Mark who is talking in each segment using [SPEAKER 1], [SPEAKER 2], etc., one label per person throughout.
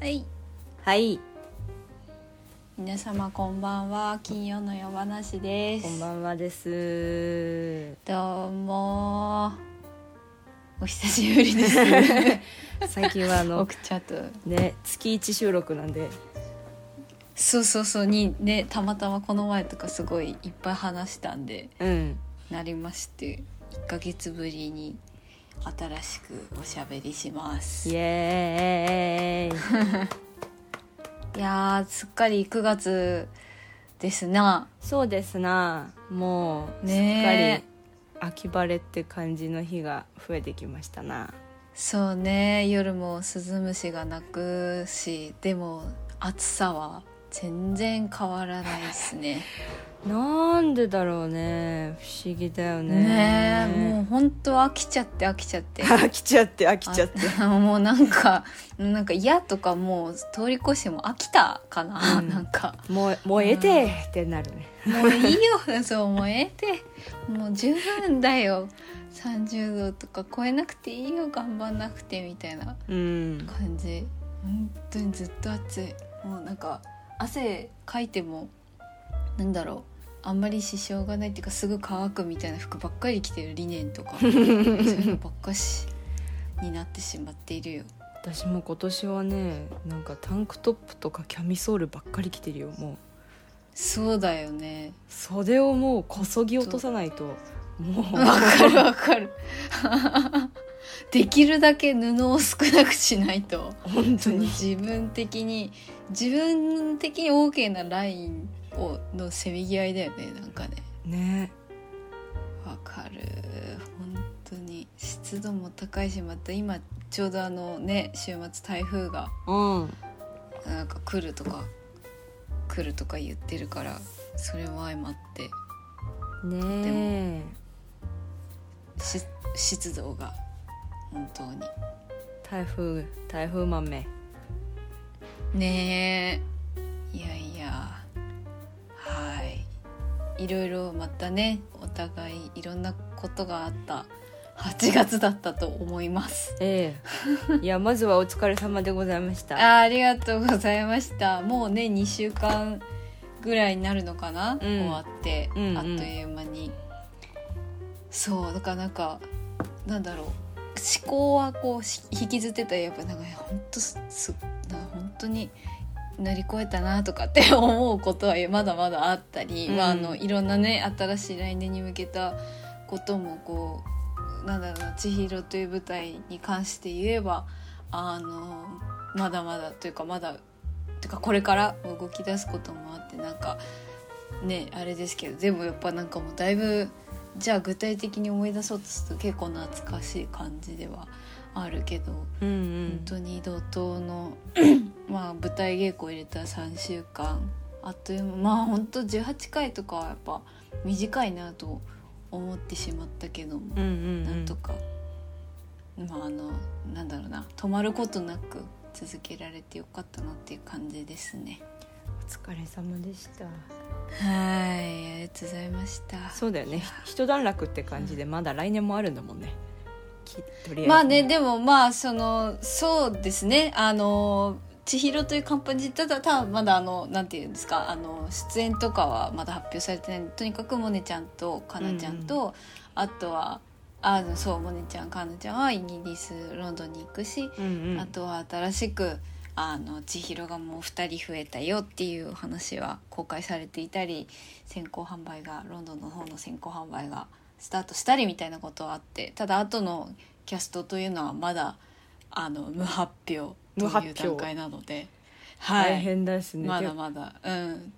[SPEAKER 1] はい、
[SPEAKER 2] はい、
[SPEAKER 1] 皆様こんばんは。金曜の夜話です。
[SPEAKER 2] こんばんはです。
[SPEAKER 1] どうも。お久しぶり です。
[SPEAKER 2] 最近はあの
[SPEAKER 1] 奥ちゃんと。
[SPEAKER 2] ね月一収録なんで、
[SPEAKER 1] そうそうそうにねたまたまこの前とかすごいいっぱい話したんで
[SPEAKER 2] うん、
[SPEAKER 1] なりまして1ヶ月ぶりに新しくおしゃべりします。
[SPEAKER 2] イ
[SPEAKER 1] い
[SPEAKER 2] エーイ。
[SPEAKER 1] やーすっかり9月ですな。
[SPEAKER 2] そうですな、もう、
[SPEAKER 1] ね
[SPEAKER 2] すっかり秋晴れって感じの日が増えてきましたな。
[SPEAKER 1] そうね夜もスズムシが鳴くしでも暑さは全然変わらないですね
[SPEAKER 2] なんでだろうね、不思議だよね。
[SPEAKER 1] ねえもう本当飽きちゃって飽きちゃって
[SPEAKER 2] 飽きちゃって飽きちゃって。
[SPEAKER 1] あもうなんかなんか嫌とかもう通り越してもう飽きたかな、
[SPEAKER 2] うん
[SPEAKER 1] なんか
[SPEAKER 2] もうもう得てってなるね。
[SPEAKER 1] もういいよそうもうええてもう十分だよ30度とか超えなくていいよ頑張んなくてみたいな
[SPEAKER 2] うん。
[SPEAKER 1] 感じ本当にずっと暑いもうなんか汗かいてもなんだろうあんまり支障がないっていうかすぐ乾くみたいな服ばっかり着てるリネンとかそういうのばっかしになってしまっているよ
[SPEAKER 2] 私も今年はね、なんかタンクトップとかキャミソールばっかり着てるよもう。
[SPEAKER 1] そうだよね
[SPEAKER 2] 袖をもうこそぎ落とさないともう
[SPEAKER 1] わかるわかる できるだけ布を少なくしないと
[SPEAKER 2] 本当
[SPEAKER 1] その
[SPEAKER 2] に
[SPEAKER 1] 自分的に自分的に OK なラインをのせめぎ合いだよねなんか ね
[SPEAKER 2] ね
[SPEAKER 1] わかる本当に湿度も高いしまた今ちょうどあのね週末台風が
[SPEAKER 2] うん
[SPEAKER 1] なんか来るとか来るとか言ってるからそれも相まって
[SPEAKER 2] ねえ
[SPEAKER 1] し湿度が本当に
[SPEAKER 2] 台風台風豆
[SPEAKER 1] ねえいやいやはいいろいろまたねお互いいろんなことがあった8月だったと思います
[SPEAKER 2] ええ いやまずはお疲れ様でございました
[SPEAKER 1] あーありがとうございましたもうね2週間ぐらいになるのかな、終わって、
[SPEAKER 2] うんうん
[SPEAKER 1] あっという間にそうだからなんかなんだろう思考はこうし引きずってたらやっぱなんか本当すすなんか本当に乗り越えたなとかって思うことはまだまだあったり、
[SPEAKER 2] うん
[SPEAKER 1] まあ、あのいろんなね新しい来年に向けたこともこうなんだろうな千尋という舞台に関して言えばあのまだまだというかまだというかこれから動き出すこともあってなんかねあれですけどでもやっぱなんかもうだいぶじゃあ具体的に思い出そうとすると結構懐かしい感じではあるけど、
[SPEAKER 2] うんう
[SPEAKER 1] 本
[SPEAKER 2] ん
[SPEAKER 1] 当に怒涛 のまあ舞台稽古入れた3週間あっという間まあ本当18回とかはやっぱ短いなと思ってしまったけども
[SPEAKER 2] うんうん
[SPEAKER 1] なんとか、まああのなんだろうな止まることなく続けられてよかったなっていう感じですね。
[SPEAKER 2] お疲れ様でした
[SPEAKER 1] はい、ありがとうございました。
[SPEAKER 2] そうだよね一段落って感じでまだ来年もあるんだもんねきとりあえず
[SPEAKER 1] まあね、でもまあそのそうですねあの千尋というカンパニーただただまだあのなんていうんですかあの出演とかはまだ発表されてないとにかくモネちゃんとかなちゃんと、あとはあのそうモネちゃんかなちゃんはイギリスロンドンに行くし、
[SPEAKER 2] うんうん
[SPEAKER 1] あとは新しくあの千尋がもう2人増えたよっていうお話は公開されていたり先行販売がロンドンの方の先行販売がスタートしたりみたいなことはあってただ後のキャストというのはまだあの無発表と
[SPEAKER 2] 無発
[SPEAKER 1] い
[SPEAKER 2] 表
[SPEAKER 1] う段階なので、は
[SPEAKER 2] 大
[SPEAKER 1] い、
[SPEAKER 2] 変ですね
[SPEAKER 1] ま
[SPEAKER 2] で
[SPEAKER 1] だまだうん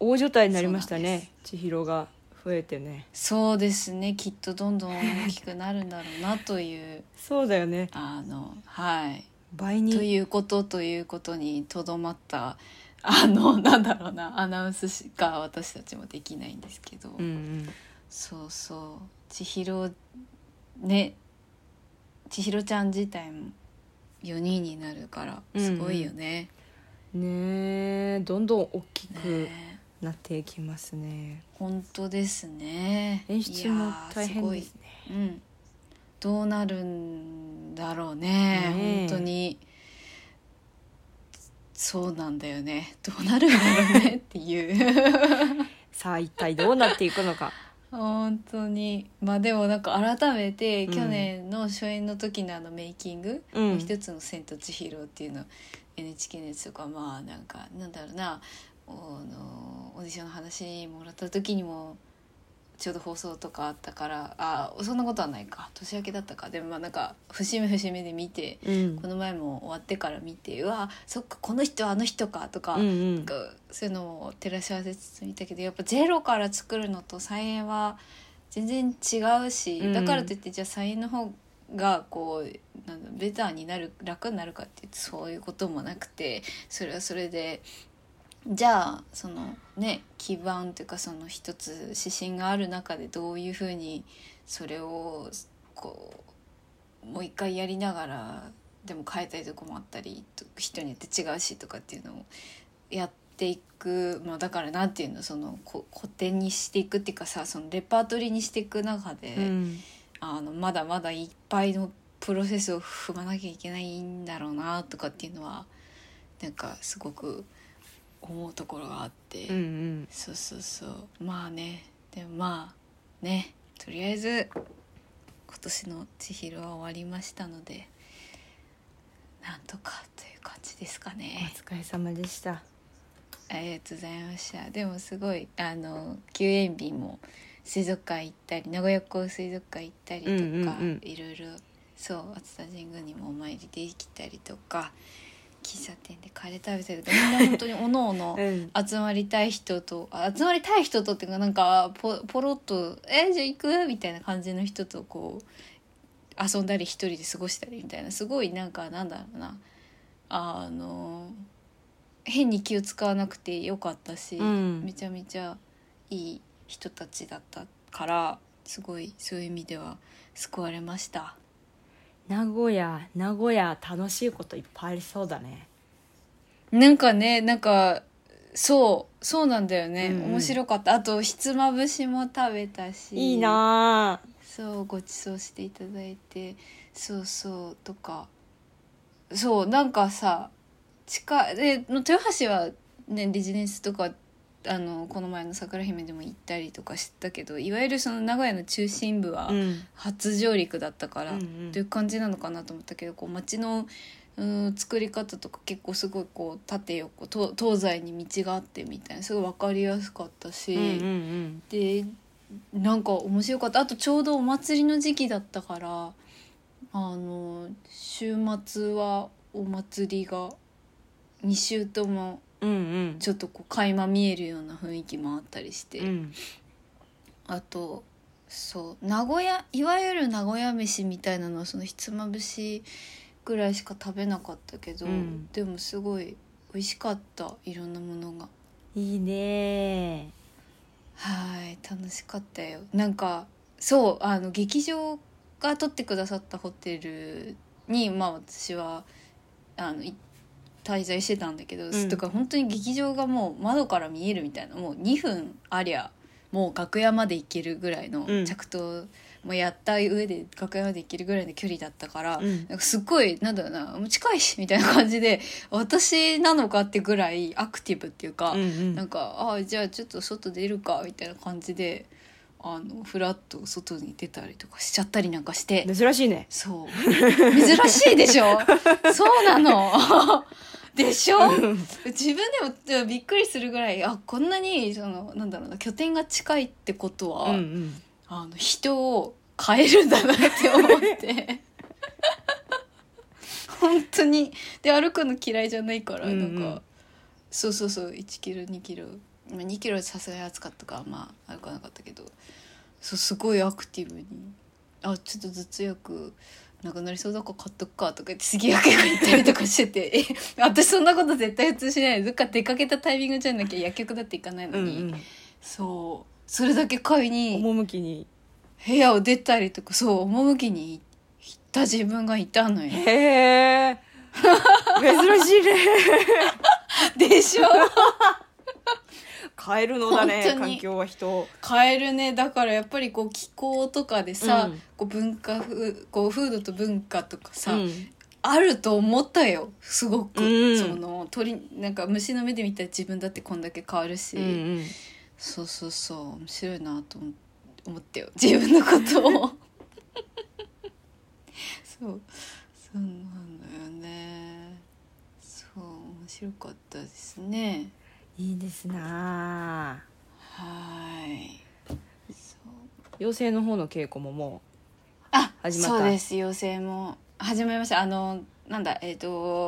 [SPEAKER 2] 大所帯になりました
[SPEAKER 1] そうなん
[SPEAKER 2] ね千尋が増えてね
[SPEAKER 1] そうですねきっとどんどん大きくなるんだろうなという
[SPEAKER 2] そうだよね
[SPEAKER 1] あのはい
[SPEAKER 2] 倍
[SPEAKER 1] と
[SPEAKER 2] に
[SPEAKER 1] いうことということにとどまったあの なんだろうなアナウンスしか私たちもできないんですけど、
[SPEAKER 2] うんうん
[SPEAKER 1] そうそう千尋ね千尋ちゃん自体も4人になるから
[SPEAKER 2] うんうん
[SPEAKER 1] すごいよね。
[SPEAKER 2] ねえどんどん大きく
[SPEAKER 1] ね
[SPEAKER 2] なっていきますね
[SPEAKER 1] 本当ですね。
[SPEAKER 2] 演出も大変
[SPEAKER 1] いやー
[SPEAKER 2] ですすね
[SPEAKER 1] ごい、うん、どうなるんだろうね
[SPEAKER 2] ねえ
[SPEAKER 1] 本当に。そうなんだよねどうなるんだろうねっていう
[SPEAKER 2] さあ一体どうなっていくのか
[SPEAKER 1] 本当にまあでもなんか改めて
[SPEAKER 2] うん
[SPEAKER 1] 去年の初演の時のあのメイキング「
[SPEAKER 2] う
[SPEAKER 1] もうん一つの千と千尋」っていうの NHK のやつとかまあなんかなんだろうなおのオーディションの話もらった時にもちょうど放送とかあったからあそんなことはないか年明けだったかでもまあなんか節目節目で見て
[SPEAKER 2] うん
[SPEAKER 1] この前も終わってから見てうわそっかこの人はあの人かとか、
[SPEAKER 2] うんう
[SPEAKER 1] なん
[SPEAKER 2] ん
[SPEAKER 1] かそういうのを照らし合わせつつ見たけどやっぱゼロから作るのと再演は全然違うし、
[SPEAKER 2] うん
[SPEAKER 1] だからといってじゃあ再演の方がこうなんだベターになる楽になるかっていうとそういうこともなくてそれはそれでじゃあそのね基盤というかその一つ指針がある中でどういうふうにそれをこうもう一回やりながらでも変えたいとこもあったりと人によって違うしとかっていうのをやっていく、まあ、だからなんていうのそのこ古典にしていくっていうかさそのレパートリーにしていく中で、
[SPEAKER 2] うん
[SPEAKER 1] あのまだまだいっぱいのプロセスを踏まなきゃいけないんだろうなとかっていうのはなんかすごく思うところがあって、
[SPEAKER 2] うんうん
[SPEAKER 1] そうそうそうまあねでもまあねとりあえず今年の千尋は終わりましたのでなんとかという感じですか
[SPEAKER 2] お
[SPEAKER 1] ね。
[SPEAKER 2] 疲れ様でした
[SPEAKER 1] ありがとうございましたでもすごいあの休園日も水族館行ったり名古屋港水族館行ったりとか、
[SPEAKER 2] うんうんうん
[SPEAKER 1] いろいろそう熱田神宮にもお参りできたりとか喫茶店でカレー食べたりとかみんな本当におのおの
[SPEAKER 2] うん
[SPEAKER 1] 集まりたい人とあ集まりたい人とっていうかなんかポポロッと「えじゃあ行く?」みたいな感じの人とこう遊んだり一人で過ごしたりみたいなすごいなんかなんだろうなあの変に気を使わなくてよかったし、
[SPEAKER 2] うん
[SPEAKER 1] めちゃめちゃいい人たちだったからすごいそういう意味では救われました。
[SPEAKER 2] 名古屋名古屋楽しいこといっぱいありそうだね
[SPEAKER 1] なんかねなんかそうそうなんだよね、
[SPEAKER 2] うんうん
[SPEAKER 1] 面白かったあとひつまぶしも食べたし
[SPEAKER 2] いいなあ
[SPEAKER 1] そうご馳走していただいてそうそうとかそうなんかさ近いで豊橋はねレジデンスとかあのこの前の桜姫でも行ったりとかしてたけどいわゆるその名古屋の中心部は
[SPEAKER 2] うん
[SPEAKER 1] 初上陸だったか
[SPEAKER 2] う
[SPEAKER 1] ら、
[SPEAKER 2] ん
[SPEAKER 1] どういう感じなのかなと思ったけどこう街のうん作り方とか結構すごいこう縦横と東西に道があってみたいなすごい分かりやすかったし、
[SPEAKER 2] うんうん
[SPEAKER 1] でなんか面白かったあとちょうどお祭りの時期だったからあの週末はお祭りが2週とも
[SPEAKER 2] うんうん
[SPEAKER 1] ちょっとこう垣間見えるような雰囲気もあったりして、
[SPEAKER 2] うん
[SPEAKER 1] あとそう名古屋いわゆる名古屋飯みたいなのはそのひつまぶしぐらいしか食べなかったけど、
[SPEAKER 2] うん
[SPEAKER 1] でもすごい美味しかったいろんなものが
[SPEAKER 2] いいね
[SPEAKER 1] はい楽しかったよなんかそうあの劇場が撮ってくださったホテルにまあ私はあのい滞在してたんだけど、
[SPEAKER 2] ん
[SPEAKER 1] とか本当に劇場がもう窓から見えるみたいなもう2分ありゃもう楽屋まで行けるぐらいの
[SPEAKER 2] うん
[SPEAKER 1] 着到もやった上で楽屋まで行けるぐらいの距離だったから、
[SPEAKER 2] うん
[SPEAKER 1] なんかすっごいなんだろうなもう近いしみたいな感じで私なのかってぐらいアクティブっていうか、
[SPEAKER 2] うんうん
[SPEAKER 1] なんかああじゃあちょっと外出るかみたいな感じであのふらっと外に出たりとかしちゃったりなんかして
[SPEAKER 2] 珍しいね
[SPEAKER 1] そう珍しいで しょそうなの でしょ自分でもびっくりするぐらいあこんなにそのなんだろうな拠点が近いってことは、
[SPEAKER 2] うんうん
[SPEAKER 1] あの人を変えるんだなって思って本当にで歩くの嫌いじゃないから、
[SPEAKER 2] うんうん
[SPEAKER 1] なんかそうそうそう1キロ2キロ、まあ、2キロはさすがに暑かったからまあ歩かなかったけどそうすごいアクティブにあちょっと頭痛薬なくなりそうだから買っとくかとか言って杉薬局行ったりとかしてて え私そんなこと絶対普通しないどっか出かけたタイミングじゃなきゃ薬局だって行かないの
[SPEAKER 2] うん
[SPEAKER 1] に、そうそれだけ買い
[SPEAKER 2] うん
[SPEAKER 1] に
[SPEAKER 2] 趣に
[SPEAKER 1] 部屋を出たりとかそう趣に行った自分がいたの よ。
[SPEAKER 2] へえ珍しいね
[SPEAKER 1] でしょ
[SPEAKER 2] 変えるのだ
[SPEAKER 1] 本
[SPEAKER 2] ね
[SPEAKER 1] 当に
[SPEAKER 2] 環境は人を
[SPEAKER 1] 変えるねだからやっぱりこう気候とかでさ、
[SPEAKER 2] うん
[SPEAKER 1] こう文化ふこう風土と文化とかさ、
[SPEAKER 2] うん
[SPEAKER 1] あると思ったよすごく、
[SPEAKER 2] うん
[SPEAKER 1] その鳥なんか虫の目で見たら自分だってこんだけ変わるし、
[SPEAKER 2] うんうん
[SPEAKER 1] そうそうそう面白いなと思思ったよ自分のことを そうそうなんだよねそう面白かったですね
[SPEAKER 2] いいですなあ
[SPEAKER 1] はいそう
[SPEAKER 2] 妖精の方の稽古もも
[SPEAKER 1] あ
[SPEAKER 2] 始まった
[SPEAKER 1] そうです養成も始まりましたあのなんだえっ、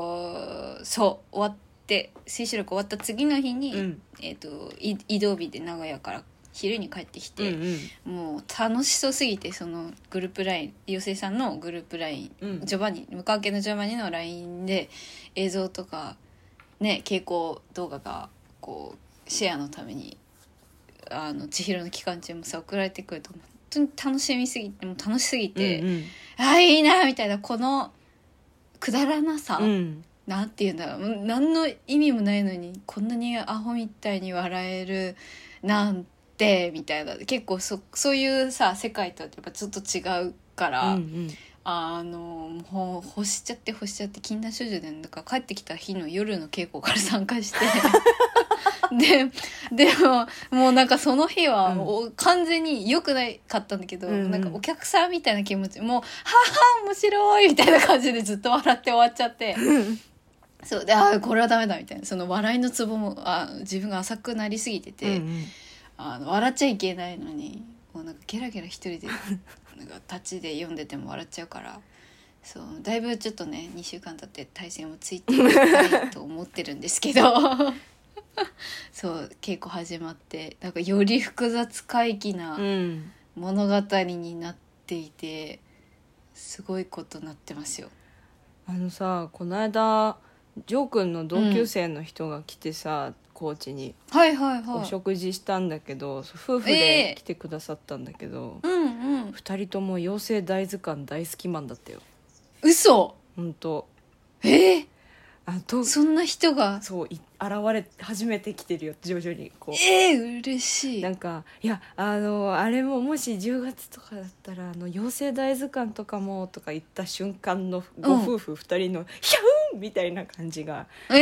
[SPEAKER 1] とそう終わって水収録終わった次の日に、
[SPEAKER 2] う、うん
[SPEAKER 1] えっ、とい移動日で名古屋から昼に帰ってき
[SPEAKER 2] うん
[SPEAKER 1] て、もう楽しそうすぎてそのグループライン妖精さんのグループライン
[SPEAKER 2] うんうん
[SPEAKER 1] ジョバニ無関係のジョバニの LINE で映像とかね傾向動画がこうシェアのためにあの千尋の期間中もさ送られてくると本当に楽しみすぎてもう楽しすぎて、
[SPEAKER 2] うん
[SPEAKER 1] あーいいなみたいなこのくだらなさ、
[SPEAKER 2] うんうん
[SPEAKER 1] なんていうんだろううん何の意味もないのにこんなにアホみたいに笑えるなんてみたいな結構そそういうさ世界とはやっぱちょっと違うから。
[SPEAKER 2] うん
[SPEAKER 1] あのもう干しちゃって干しちゃって禁断症状でだから帰ってきた日の夜の稽古から参加して ででももうなんかその日は
[SPEAKER 2] うん
[SPEAKER 1] もう完全に良くないかったんだけど、
[SPEAKER 2] うんうん
[SPEAKER 1] なんかお客さんみたいな気持ちもう「はあはあ面白い」みたいな感じでずっと笑って終わっちゃって。そうであーこれはダメだみたいなその笑いのツボもあ自分が浅くなりすぎてて、
[SPEAKER 2] うん
[SPEAKER 1] あの笑っちゃいけないのにこうなんかゲラゲラ一人で なんか立ちで読んでても笑っちゃうからそうだいぶちょっとね2週間経って体勢もついていきたいと思ってるんですけど そう稽古始まってなんかより複雑怪奇な
[SPEAKER 2] うん
[SPEAKER 1] 物語になっていてすごいことになってますよ。
[SPEAKER 2] あのさこの間ジョー君の同級生の人が来てさ、高知に
[SPEAKER 1] はいはいは
[SPEAKER 2] お
[SPEAKER 1] い。
[SPEAKER 2] 食事したんだけど、夫婦
[SPEAKER 1] ええ
[SPEAKER 2] で来てくださったんだけど、
[SPEAKER 1] うんうん。
[SPEAKER 2] 二人とも妖精大図鑑大好きマンだったよ
[SPEAKER 1] 嘘
[SPEAKER 2] 本当
[SPEAKER 1] えー、
[SPEAKER 2] あと
[SPEAKER 1] そんな人が
[SPEAKER 2] そうい現れ始めてきてるよ徐々にこう
[SPEAKER 1] えー、嬉しい。
[SPEAKER 2] なんかいやあのあれももし10月とかだったらあの妖精大図鑑とかもとか言った瞬間のご夫婦2人の「ヒャウン!」みたいな感じが
[SPEAKER 1] えー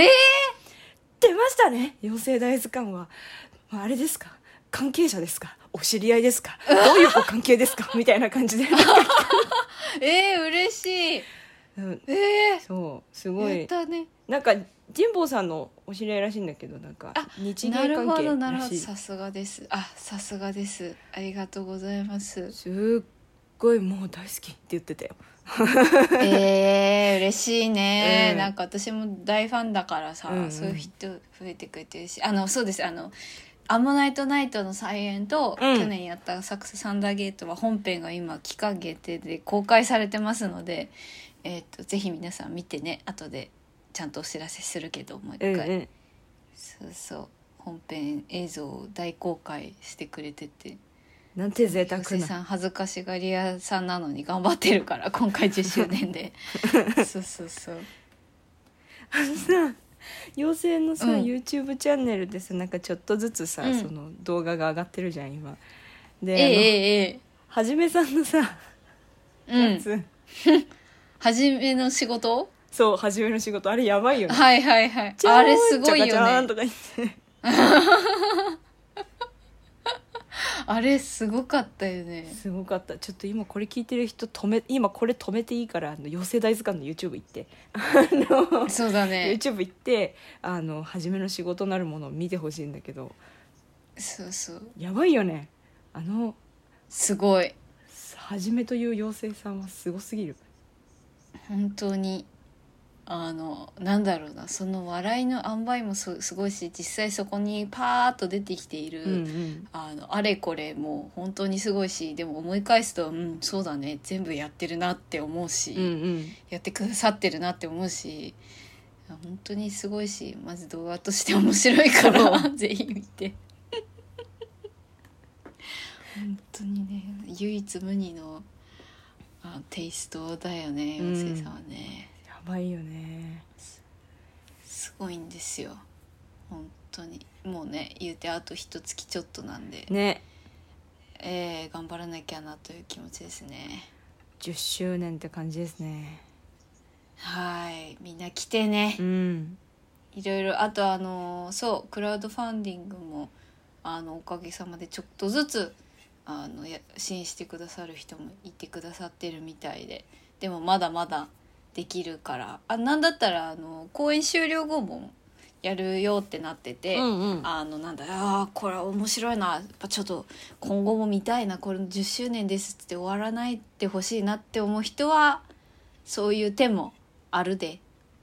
[SPEAKER 2] 出ましたね妖精大図鑑は、まあ、あれですか関係者ですかお知り合いですかどういうご関係です かみたいな感じで、
[SPEAKER 1] えー、嬉しい。
[SPEAKER 2] うん、
[SPEAKER 1] ええ
[SPEAKER 2] そうすご
[SPEAKER 1] ー、やっ
[SPEAKER 2] い
[SPEAKER 1] たね。
[SPEAKER 2] なんか神保さんのお知り合いらしいんだけどなんか
[SPEAKER 1] あ
[SPEAKER 2] 日芸
[SPEAKER 1] なる
[SPEAKER 2] 関
[SPEAKER 1] ほ
[SPEAKER 2] 係
[SPEAKER 1] ど、なる
[SPEAKER 2] ら
[SPEAKER 1] ほど。
[SPEAKER 2] しい
[SPEAKER 1] さすがです。あ、さすがです。ありがとうございます。
[SPEAKER 2] すっごいもう大好きって言ってたよ
[SPEAKER 1] ええー、嬉しいね、
[SPEAKER 2] うん
[SPEAKER 1] なんか私も大ファンだからさ、
[SPEAKER 2] うんうん
[SPEAKER 1] そういう人増えてくれてるし、あの、そうです。あの。アンモナイトナイトの再演と、
[SPEAKER 2] うん
[SPEAKER 1] 去年やった浅草サンダーゲートは本編が今期間限定で公開されてますので、えっ、とぜひ皆さん見てね後でちゃんとお知らせするけどもう一回、
[SPEAKER 2] うんうん
[SPEAKER 1] そうそう本編映像を大公開してくれてて
[SPEAKER 2] なんて贅沢
[SPEAKER 1] 吉井
[SPEAKER 2] な
[SPEAKER 1] さん恥ずかしがり屋さんなのに頑張ってるから 今回10周年 でそうそうそう
[SPEAKER 2] さ妖精のさ、
[SPEAKER 1] うん
[SPEAKER 2] YouTube チャンネルでさなんかちょっとずつさ、
[SPEAKER 1] うん
[SPEAKER 2] その動画が上がってるじゃん今
[SPEAKER 1] え
[SPEAKER 2] で、
[SPEAKER 1] え
[SPEAKER 2] あの
[SPEAKER 1] ええ
[SPEAKER 2] はじめさんのさ、
[SPEAKER 1] ええう
[SPEAKER 2] や
[SPEAKER 1] ん
[SPEAKER 2] つ
[SPEAKER 1] 初めの仕事
[SPEAKER 2] そうはじめの仕事あれやばいよね
[SPEAKER 1] はいはいはい
[SPEAKER 2] じゃーん
[SPEAKER 1] あれすごい
[SPEAKER 2] じゃかじゃ
[SPEAKER 1] よ
[SPEAKER 2] ーん
[SPEAKER 1] ね
[SPEAKER 2] とか言って
[SPEAKER 1] あれすごかったよね
[SPEAKER 2] すごかったちょっと今これ聞いてる人止め今これ止めていいからあの妖精大図鑑の YouTube 行って
[SPEAKER 1] そうだ ね
[SPEAKER 2] YouTube 行ってあのはじめの仕事なるものを見てほしいんだけど
[SPEAKER 1] そうそう
[SPEAKER 2] やばいよねあの
[SPEAKER 1] すごい
[SPEAKER 2] はじめという妖精さんはすごすぎる
[SPEAKER 1] 本当にあのなんだろうなその笑いの塩梅もすすごいし実際そこにパーッと出てきている、
[SPEAKER 2] うん
[SPEAKER 1] あのあれこれもう本当にすごいしでも思い返すとうんそうだね全部やってるなって思うし、
[SPEAKER 2] うんうん
[SPEAKER 1] やってくださってるなって思うし本当にすごいしまず動画として面白いから ぜひ見て本当にね唯一無二のあテイストだよね
[SPEAKER 2] うん
[SPEAKER 1] 妖精さんはね、
[SPEAKER 2] やばいよね
[SPEAKER 1] すごいんですよ本当にもうね言うてあと一月ちょっとなんで
[SPEAKER 2] ね
[SPEAKER 1] えー頑張らなきゃなという気持ちですね。
[SPEAKER 2] 10周年って感じですね
[SPEAKER 1] はいみんな来てね
[SPEAKER 2] うん
[SPEAKER 1] いろいろあとあのそうクラウドファンディングもあのおかげさまでちょっとずつあのや支援してくださる人もいてくださってるみたいででもまだまだできるからあなんだったらあの公演終了後もやるよってなってて、
[SPEAKER 2] うんうん
[SPEAKER 1] あのなんだあーこれは面白いなやっぱちょっと今後も見たいなこれの10周年ですって終わらないってほしいなって思う人はそういう手もあるでっ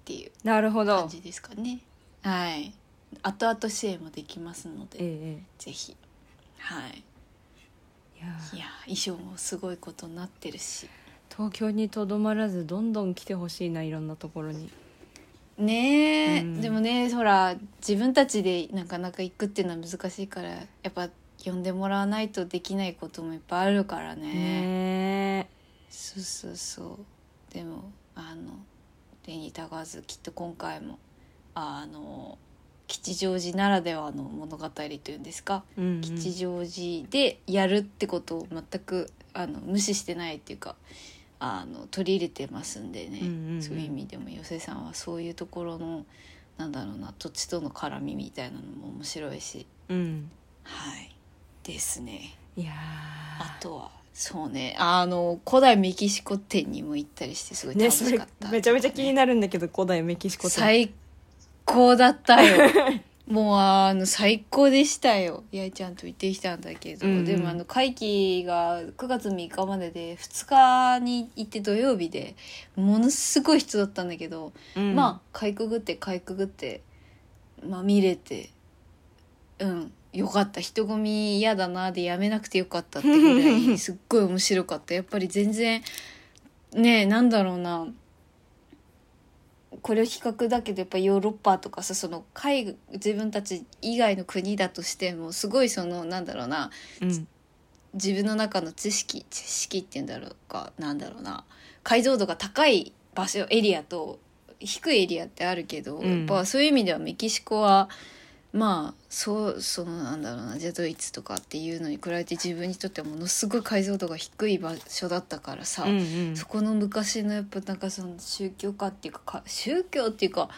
[SPEAKER 1] ていう
[SPEAKER 2] なるほ
[SPEAKER 1] 感
[SPEAKER 2] ど
[SPEAKER 1] じですかねはい後々支援もできますので
[SPEAKER 2] え
[SPEAKER 1] ぜひはい
[SPEAKER 2] えいや
[SPEAKER 1] いや衣装もすごいことになってるし
[SPEAKER 2] 東京にとどまらずどんどん来てほしいないろんなところに
[SPEAKER 1] ねえ、
[SPEAKER 2] うん
[SPEAKER 1] でもねほら自分たちでなかなか行くっていうのは難しいからやっぱ呼んでもらわないとできないこともいっぱいあるからね
[SPEAKER 2] ね
[SPEAKER 1] そうそうそうでもあの手にたがわずきっと今回もあの吉祥寺ならではの物語というんですか
[SPEAKER 2] え、うんうん
[SPEAKER 1] 吉祥寺でやるってことを全くあの無視してないっていうかあの取り入れてますんでね、
[SPEAKER 2] うんうんうん
[SPEAKER 1] そういう意味でも寄せさんはそういうところのなんだろうな土地との絡みみたいなのも面白いし
[SPEAKER 2] うん
[SPEAKER 1] はいですね
[SPEAKER 2] いや
[SPEAKER 1] あとはそうねあの古代メキシコ店にも行ったりしてすごい
[SPEAKER 2] ーね
[SPEAKER 1] 楽
[SPEAKER 2] そ
[SPEAKER 1] し
[SPEAKER 2] れ
[SPEAKER 1] かった、
[SPEAKER 2] めちゃめちゃ気になるんだけど古代メキシコって
[SPEAKER 1] 最高だった よもうあの最高でしたよ八重ちゃんと行ってきたんだけど、
[SPEAKER 2] うんうん
[SPEAKER 1] でもあの会期が9月3日までで2日に行って土曜日でものすごい人だったんだけど、
[SPEAKER 2] うん
[SPEAKER 1] まあかいくぐってかいくぐって、まあ、見れてうんよかった人混み嫌だなでやめなくてよかったってぐらいすっごい面白かったやっぱり全然ねえなんだろうなこれ比較だけどやっぱヨーロッパとかさその海自分たち以外の国だとしてもすごいそのなんだろうな
[SPEAKER 2] うん
[SPEAKER 1] 自分の中の知識知識っていうんだろうかなんだろうな解像度が高い場所エリアと低いエリアってあるけど、
[SPEAKER 2] うん
[SPEAKER 1] やっぱそういう意味ではメキシコはまあそうそのなんだろうなじゃあドイツとかっていうのに比べて自分にとってはものすごい解像度が低い場所だったからさ、
[SPEAKER 2] うんうん
[SPEAKER 1] そこの昔のやっぱなんかその宗教家っていうかか宗教っていうか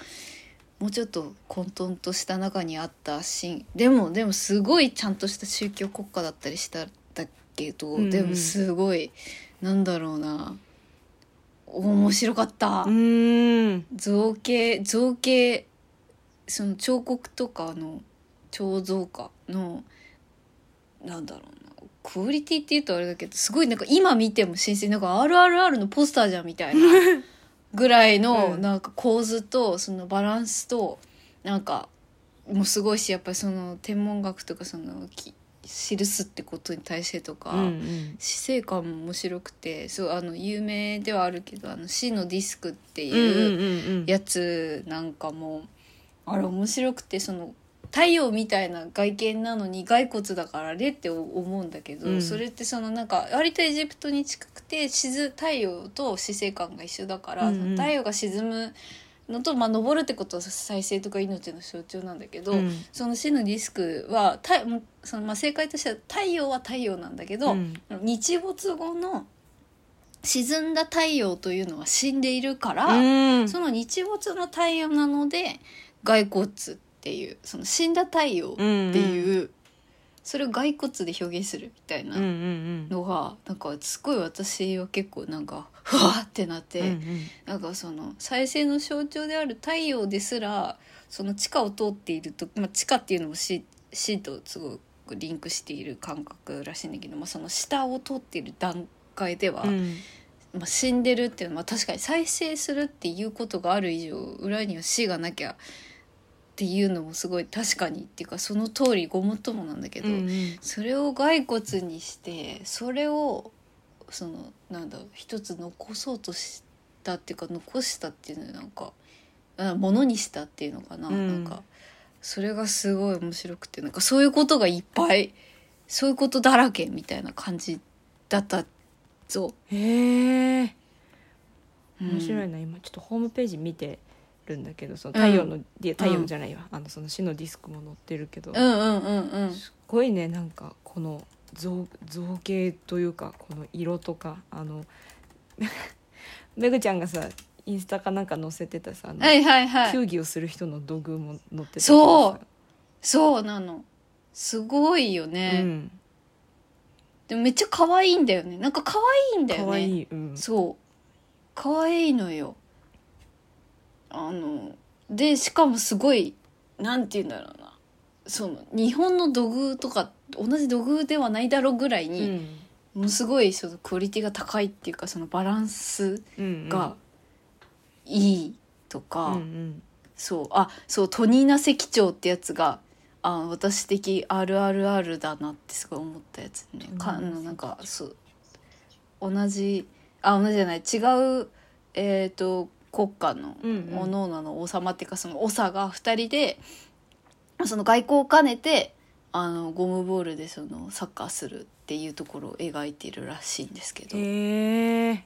[SPEAKER 1] もうちょっと混沌とした中にあったシーンでもでもすごいちゃんとした宗教国家だったりしたんだけど、
[SPEAKER 2] うんうん
[SPEAKER 1] でもすごいなんだろうな面白かった、
[SPEAKER 2] うーん
[SPEAKER 1] 造形造形その彫刻とかの彫像かのなんだろうなクオリティっていうとあれだけどすごいなんか今見ても新鮮なんか RRR のポスターじゃんみたい なぐらいの
[SPEAKER 2] うん
[SPEAKER 1] なんか構図とそのバランスとなんかもうすごいしやっぱりその天文学とかそのき記すってことに対してとか。
[SPEAKER 2] うんうん
[SPEAKER 1] 死生観も面白くてそうあの有名ではあるけど「あの死のディスク」っていう
[SPEAKER 2] うんうんうんうん
[SPEAKER 1] やつなんかもあれ面白くてその太陽みたいな外見なのに骸骨だからねって思うんだけど、
[SPEAKER 2] うん
[SPEAKER 1] それってそのなんか割とエジプトに近くて沈太陽と死生観が一緒だから、
[SPEAKER 2] うんうん
[SPEAKER 1] その太陽が沈むのと、まあ、昇るってことは再生とか命の象徴なんだけど、
[SPEAKER 2] うん
[SPEAKER 1] その死のリスクは太もうそのまあ正解としては太陽は太陽なんだけど、
[SPEAKER 2] うん
[SPEAKER 1] 日没後の沈んだ太陽というのは死んでいるから。
[SPEAKER 2] うん
[SPEAKER 1] その日没の太陽なので骸骨っていうその死んだ太陽っていう、それを骸骨で表現するみたい
[SPEAKER 2] うんうん
[SPEAKER 1] なのが、なんかすごい私は結構なんかふわーってなって、
[SPEAKER 2] うんうん
[SPEAKER 1] なんかその再生の象徴である太陽ですらその地下を通っていると、まあ、地下っていうのも死死とすごくリンクしている感覚らしいんだけど、まあ、その下を通っている段階では、
[SPEAKER 2] うん
[SPEAKER 1] まあ、死んでるっていうのは、まあ、確かに再生するっていうことがある以上裏には死がなきゃっていうのもすごい確かにっていうかその通りごもっともなんだけど、
[SPEAKER 2] うんうん
[SPEAKER 1] それを骸骨にしてそれをそのなんだろう一つ残そうとしたっていうか残したっていうのなんかあものにしたっていうのかな、
[SPEAKER 2] うん
[SPEAKER 1] なんかそれがすごい面白くてなんかそういうことがいっぱいそういうことだらけみたいな感じだったぞ。
[SPEAKER 2] へえ
[SPEAKER 1] うん
[SPEAKER 2] 面白いな、今ちょっとホームページ見てるんだけどその太陽の、で太陽じゃないわ、あのその死のディスクも載ってるけど、
[SPEAKER 1] うんうんうんうん
[SPEAKER 2] すごいねなんかこの造造 形というかこの色とかあのめぐちゃんがさインスタかなんか載せてたさ、あの
[SPEAKER 1] はいはいはい
[SPEAKER 2] 球技をする人の土偶も載ってた
[SPEAKER 1] そうそうなのすごいよ
[SPEAKER 2] う
[SPEAKER 1] ね、
[SPEAKER 2] ん
[SPEAKER 1] でもめっちゃ可愛いんだよねなんか可愛いんだよね
[SPEAKER 2] 可愛いうん
[SPEAKER 1] そう可愛いのよあのでしかもすごいなんて言うんだろうなその日本の土偶とか同じ土偶ではないだろうぐらいうに、
[SPEAKER 2] ん
[SPEAKER 1] ものすごいそのクオリティが高いっていうかそのバランス
[SPEAKER 2] うん
[SPEAKER 1] がいいとか、
[SPEAKER 2] うんうん
[SPEAKER 1] そうあそうトニーナ石長ってやつがあ私的 RRR だなってすごい思ったやつねかあ
[SPEAKER 2] トニーナ石
[SPEAKER 1] の
[SPEAKER 2] 長
[SPEAKER 1] なんかそう同じあ同じじゃない違うえっ、と国家の
[SPEAKER 2] うんうん
[SPEAKER 1] おのおのの王様っていうかその長が2人でその外交を兼ねてあのゴムボールでそのサッカーするっていうところを描いてるらしいんですけど
[SPEAKER 2] へえ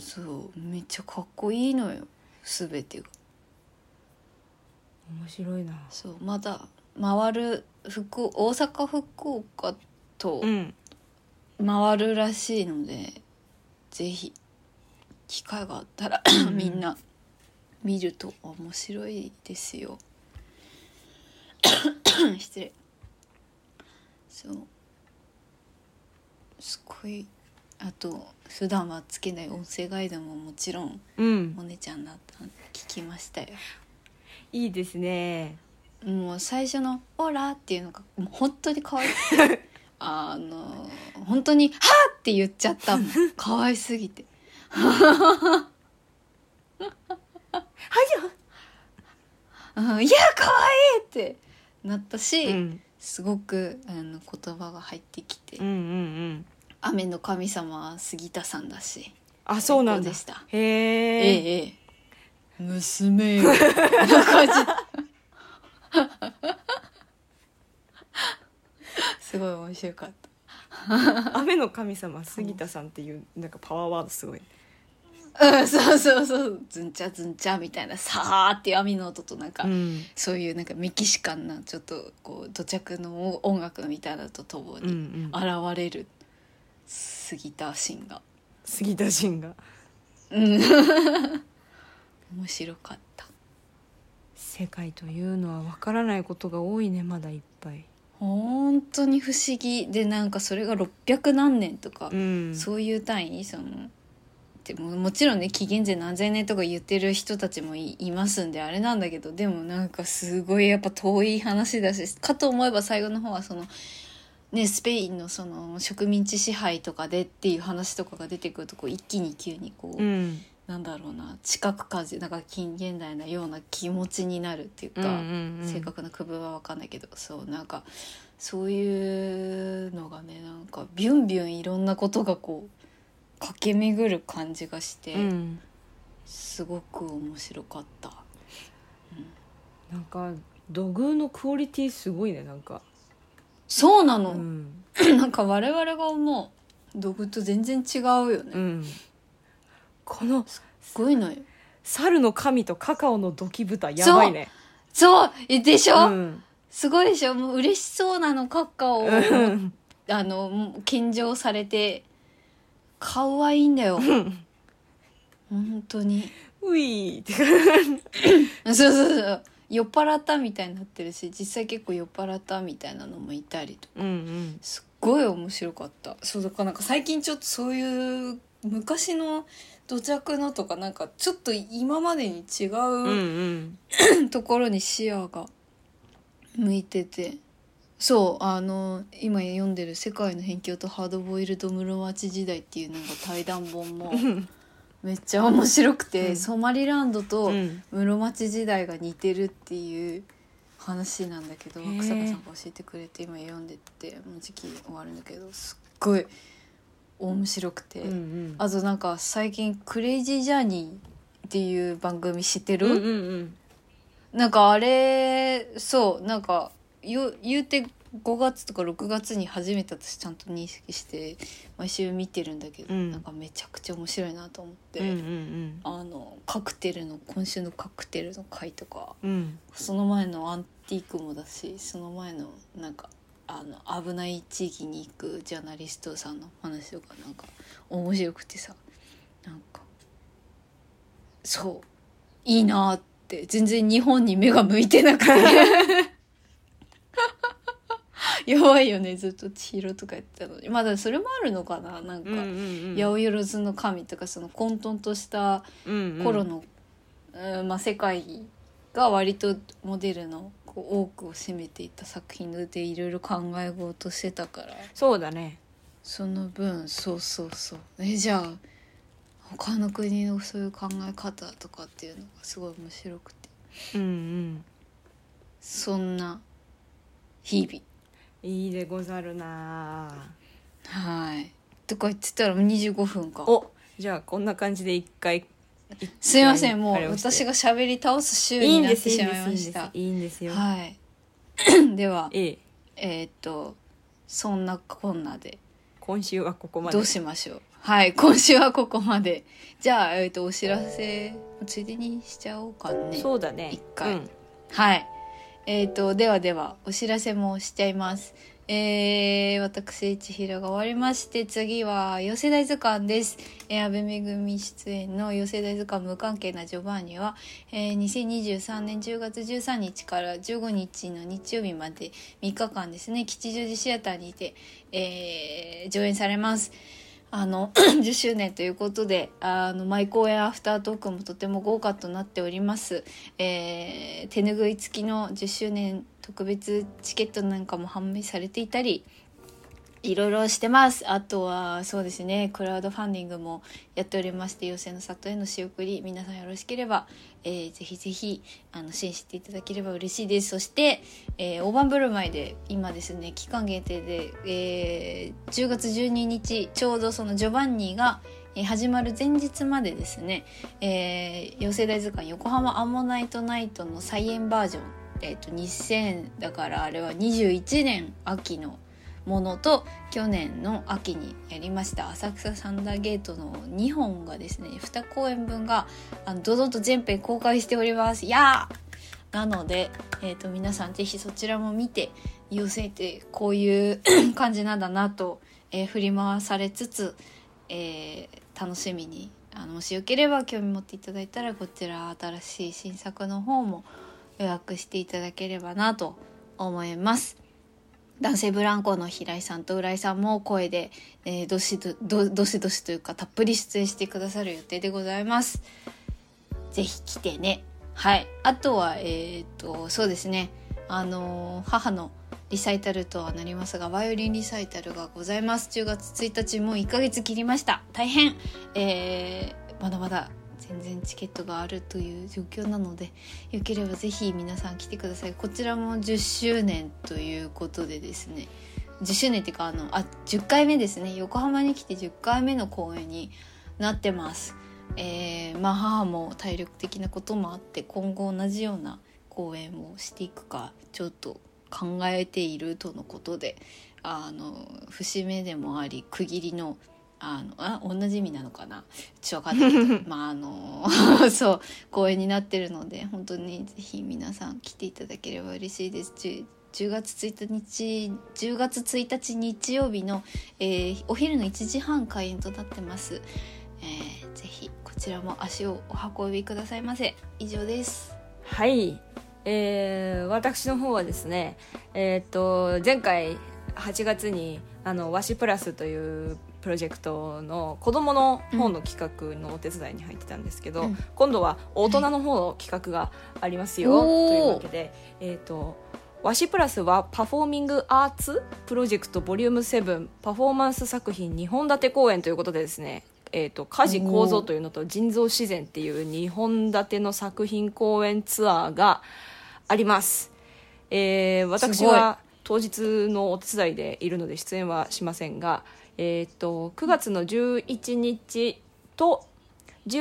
[SPEAKER 1] そうめっちゃかっこいいのよ全てが。
[SPEAKER 2] 面白いな
[SPEAKER 1] そうまだ回る福大阪福岡と
[SPEAKER 2] うん
[SPEAKER 1] 回るらしいので、ぜひ機会があったら
[SPEAKER 2] う ん
[SPEAKER 1] みんな見ると面白いですよ 失礼そうすごいあと普段はつけない音声ガイドももちろん
[SPEAKER 2] うん
[SPEAKER 1] モネちゃんだったんで聞きましたよ
[SPEAKER 2] いいですね
[SPEAKER 1] もう最初の「オラ」っていうのがもう本当に可愛く てあの本当に「はっ!」って言っちゃったも ん可愛すぎて「
[SPEAKER 2] は
[SPEAKER 1] うん、いや可愛い!」ってなったし、
[SPEAKER 2] うん
[SPEAKER 1] すごくあの言葉が入ってきて、
[SPEAKER 2] うんうんうん
[SPEAKER 1] 雨の神様は杉田さんだし
[SPEAKER 2] あそうなん
[SPEAKER 1] 最高
[SPEAKER 2] だ
[SPEAKER 1] でした
[SPEAKER 2] へ
[SPEAKER 1] え
[SPEAKER 2] え
[SPEAKER 1] えええ娘よこんな感じ すごい面白かった
[SPEAKER 2] 雨の神様杉田さんっていうなんかパワーワードすごい
[SPEAKER 1] うん、そうそうそうズンチャズンチャみたいなさーっていう網の音となんか、
[SPEAKER 2] うん
[SPEAKER 1] そういうなんかメキシカンなちょっとこう土着の音楽みたいなのととも
[SPEAKER 2] うんう
[SPEAKER 1] に
[SPEAKER 2] ん
[SPEAKER 1] 現れる杉田真が、
[SPEAKER 2] 杉田神が
[SPEAKER 1] うん、面白かった
[SPEAKER 2] 世界というのはわからないことが多いねまだいっぱい
[SPEAKER 1] 本当に不思議でなんかそれが600何年とか、
[SPEAKER 2] うん
[SPEAKER 1] そういう単位そのでももちろんね紀元前何千年とか言ってる人たちもいいますんであれなんだけどでもなんかすごいやっぱ遠い話だしかと思えば最後の方はその、ね、スペインのその植民地支配とかでっていう話とかが出てくるとこう一気に急にこう、
[SPEAKER 2] うん
[SPEAKER 1] なんだろうな近く感じなんか近現代なような気持ちになるっていうか。
[SPEAKER 2] うんうん
[SPEAKER 1] 正確な区分は分かんないけどそうなんかそういうのがねなんかビュンビュンいろんなことがこう駆け巡る感じがして、
[SPEAKER 2] うん
[SPEAKER 1] すごく面白かった
[SPEAKER 2] なんか土偶のクオリティすごいねなんか
[SPEAKER 1] そうな
[SPEAKER 2] う
[SPEAKER 1] の、
[SPEAKER 2] ん
[SPEAKER 1] なんか我々が思う道具と全然違うよ ね、
[SPEAKER 2] うんこの
[SPEAKER 1] すごいのよ
[SPEAKER 2] 猿の神とカカオの土器豚やばいね
[SPEAKER 1] そうえでしょ、
[SPEAKER 2] うん
[SPEAKER 1] すごいでしょもう嬉しそうなのカッカを、
[SPEAKER 2] うん
[SPEAKER 1] あのもう献上されて顔はいいんだよ
[SPEAKER 2] ん
[SPEAKER 1] 本当に
[SPEAKER 2] ういーっ て
[SPEAKER 1] そうそうそう酔っ払ったみたいになってるし実際結構酔っ払ったみたいなのもいたりと
[SPEAKER 2] うんうん
[SPEAKER 1] すっごい面白かったそうだからなんか最近ちょっとそういう昔の土着のとかなんかちょっと今までに違
[SPEAKER 2] うんう
[SPEAKER 1] う、
[SPEAKER 2] ん
[SPEAKER 1] ところに視野が向いててそうあの今読んでる「世界の辺境とハードボイルド室町時代」っていうなんか対談本も
[SPEAKER 2] ん
[SPEAKER 1] めっちゃ面白くて、
[SPEAKER 2] うん
[SPEAKER 1] ソマリランドと、
[SPEAKER 2] うん
[SPEAKER 1] 室町時代が似てるっていう話なんだけど
[SPEAKER 2] へー
[SPEAKER 1] 草加さんが教えてくれて今読んでてもう時期終わるんだけどすっごい面白くて、
[SPEAKER 2] うんうん
[SPEAKER 1] あとなんか最近「クレイジージャーニー」っていう番組知ってる、
[SPEAKER 2] うんうん
[SPEAKER 1] なんかあれそうなんかよ言うて5月とか6月に初めて私ちゃんと認識して毎週見てるんだけど、
[SPEAKER 2] うん
[SPEAKER 1] なんかめちゃくちゃ面白いなと思って、
[SPEAKER 2] うんうんうん
[SPEAKER 1] あのカクテルの今週のカクテルの回とか
[SPEAKER 2] うん
[SPEAKER 1] その前のアンティークもだしその前のなんかあの危ない地域に行くジャーナリストさんの話とかなんか面白くてさなんかそういいなって全然日本に目が向いて なくて弱いよねずっと千尋とかやってたのにまだそれもあるのかななんか、
[SPEAKER 2] うんうんうん
[SPEAKER 1] 八百万の神とかその混沌とした
[SPEAKER 2] うんうん
[SPEAKER 1] 頃の、うんまあ、世界が割とモデルのこう多くを占めていた作品でいろいろ考え事してたから
[SPEAKER 2] そうだね
[SPEAKER 1] その分そうそうそうえじゃあ他の国のそういう考え方とかっていうのがすごい面白くて
[SPEAKER 2] うんうん
[SPEAKER 1] そんな日々
[SPEAKER 2] いいでござるな
[SPEAKER 1] はいとか言ってたらもう25分か
[SPEAKER 2] おじゃあこんな感じで一回
[SPEAKER 1] すいませんも
[SPEAKER 2] あ
[SPEAKER 1] う
[SPEAKER 2] れをして
[SPEAKER 1] 私が喋り倒す週
[SPEAKER 2] いい
[SPEAKER 1] に
[SPEAKER 2] ん
[SPEAKER 1] なっ
[SPEAKER 2] で
[SPEAKER 1] て
[SPEAKER 2] すいい
[SPEAKER 1] し
[SPEAKER 2] ん
[SPEAKER 1] ま
[SPEAKER 2] で
[SPEAKER 1] い
[SPEAKER 2] すいいん
[SPEAKER 1] ま
[SPEAKER 2] で
[SPEAKER 1] し
[SPEAKER 2] す
[SPEAKER 1] た
[SPEAKER 2] いいんですよ
[SPEAKER 1] はい では
[SPEAKER 2] ええ
[SPEAKER 1] えーっとそんなこんなで
[SPEAKER 2] 今週はここま
[SPEAKER 1] ど
[SPEAKER 2] で
[SPEAKER 1] うしましょうはい今週はここまでじゃあ、えーっとお知らせついでにしちゃおうかね
[SPEAKER 2] そうだね
[SPEAKER 1] 一回
[SPEAKER 2] うん
[SPEAKER 1] はいえーっとではではお知らせもしちゃいますえー、私千尋が終わりまして次は寄せ大図鑑です、えー、安倍めぐみ出演の寄せ大図鑑無関係なジョバーニは、えー、2023年10月13日から15日の日曜日まで3日間ですね吉祥寺シアターにて、えー上演されますあの 10周年ということであの毎公演アフタートークもとても豪華となっております、えー手拭い付きの10周年特別チケットなんかも販売されていたりいろいろしてますあとはそうですねクラウドファンディングもやっておりまして妖精の里への仕送り皆さんよろしければ、えーぜひぜひあの支援していただければ嬉しいですそして、えー、大盤振る舞いで今ですね期間限定で、えー10月12日ちょうどそのジョバンニがえー始まる前日までですね、えー、妖精大図鑑横浜アンモナイトナイトの再演バージョン、えー、と2000だからあれは21年秋のものと去年の秋にやりました浅草サンダーゲートの2本がですね2公演分があの堂々と全編公開しておりますいやーなので、えー、と皆さんぜひそちらも見て妖精ってこういう 感じなんだなと、えー振り回されつつ、えー楽しみにあのもしよければ興味持っていただいたらこちら新しい新作の方も予約していただければなと思います。男性ブランコの平井さんと浦井さんも声で、えーどしどどどしどしというかたっぷり出演してくださる予定でございます。ぜひ来てね。はい。あとは、えーっと、そうですね。あのー母のリサイタルとはなりますが、バイオリンリサイタルがございます。10月1日、もう1ヶ月切りました。大変。えーまだまだ全然チケットがあるという状況なので、よければぜひ皆さん来てください。こちらも10周年ということでですね。10周年っていうか、あの、あ、10回目ですね。横浜に来て10回目の公演になってます。えーまあ母も体力的なこともあって今後同じような公演をしていくかちょっと考えているとのことであの節目でもあり区切りのあのあ同じ意味なのかなちょっとわかんないけどまああの そう公演になってるので本当にぜひ皆さん来ていただければ嬉しいです。10 10月1日10月1日日曜日の、えーお昼の1時半開演となってます。えーぜひこちらも足をお運びくださいませ以上です
[SPEAKER 2] はい、えー私の方はですね、えーっと前回8月にあの和紙プラスというプロジェクトの子どもの方の企画のお手伝いに入ってたんですけど、
[SPEAKER 1] うん
[SPEAKER 2] 今度は大人の方の企画がありますよ、
[SPEAKER 1] はいおー
[SPEAKER 2] というわけで、えーっと和紙プラスはパフォーミングアーツプロジェクトボリューム7パフォーマンス作品2本立て公演ということでですね、えー、と家事構造というのと人造自然っていう2本立ての作品公演ツアーがあります、えー私は当日のお手伝いでいるので出演はしませんが、えー、と9月の11日と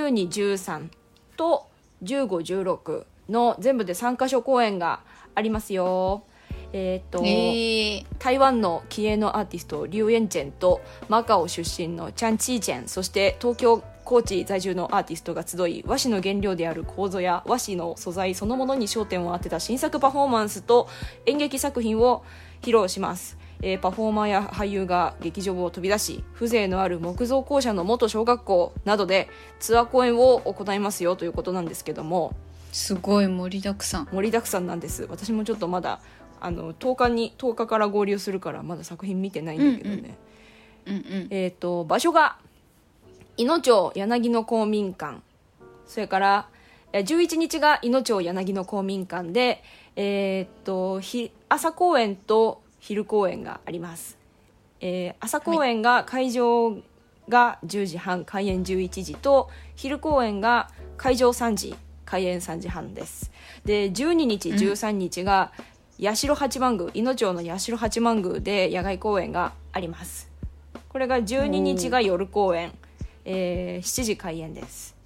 [SPEAKER 2] 1213と1516の全部で3カ所公演がありますよえっ、と、
[SPEAKER 1] えー、
[SPEAKER 2] 台湾の気鋭のアーティストリュウ・エンチェンとマカオ出身のチャン・チーチェンそして東京高知在住のアーティストが集い和紙の原料である構造や和紙の素材そのものに焦点を当てた新作パフォーマンスと演劇作品を披露します、えーパフォーマーや俳優が劇場を飛び出し風情のある木造校舎の元小学校などでツアー公演を行いますよということなんですけども
[SPEAKER 1] すごい盛りだくさん
[SPEAKER 2] 盛りだくさんなんです私もちょっとまだあの10日に10日から合流するからまだ作品見てないんだけどね、
[SPEAKER 1] うんうんうんうん
[SPEAKER 2] えー、と場所が伊野町柳の公民館それからえー11日が伊野町柳の公民館で、えー、とひ朝公演と昼公演があります、えー朝公演が会場が10時半開演11時と昼公演が会場3時開演3時半ですで12日
[SPEAKER 1] うん
[SPEAKER 2] 13日が社八幡宮伊野町の社八幡宮で野外公演がありますこれが12日が夜公演、えー7時開演です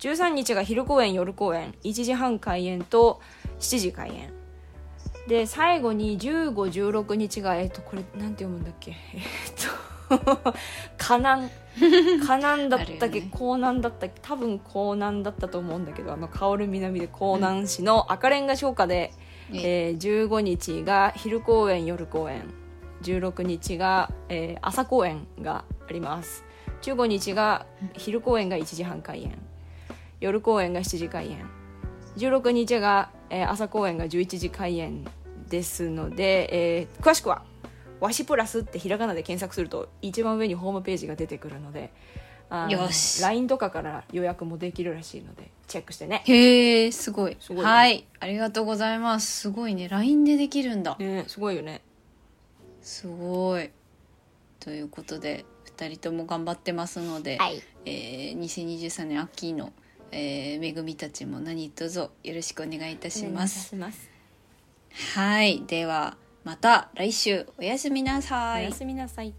[SPEAKER 2] 13日が昼公演夜公演1時半開演と7時開演で最後に1516日がえっ、とこれなんて読むんだっけ えっ、と 河南河南だったっけ
[SPEAKER 1] あるよね
[SPEAKER 2] 江南だったっけ多分江南だったと思うんだけどあの薫南で江南市の赤レンガ商家で、
[SPEAKER 1] え
[SPEAKER 2] えー15日が昼公演夜公演16日が、えー朝公演があります15日が昼公演が1時半開演夜公演が7時開演16日が、えー朝公演が11時開演ですので、えー詳しくは「わしプラス」ってひらがなで検索すると一番上にホームページが出てくるのであの
[SPEAKER 1] よし
[SPEAKER 2] LINE とかから予約もできるらしいのでチェックしてね
[SPEAKER 1] へえすごい
[SPEAKER 2] すごいね
[SPEAKER 1] はいありがとうございますすごいね LINE でできるんだ
[SPEAKER 2] ねすごいよね
[SPEAKER 1] すごいということで2人とも頑張ってますので、
[SPEAKER 2] い
[SPEAKER 1] えー2023年秋の、えー、めぐみたちも何卒よろしくお願いいたします。
[SPEAKER 2] します
[SPEAKER 1] はいではまた来週おやすみな
[SPEAKER 2] お
[SPEAKER 1] さい
[SPEAKER 2] や。すみなさい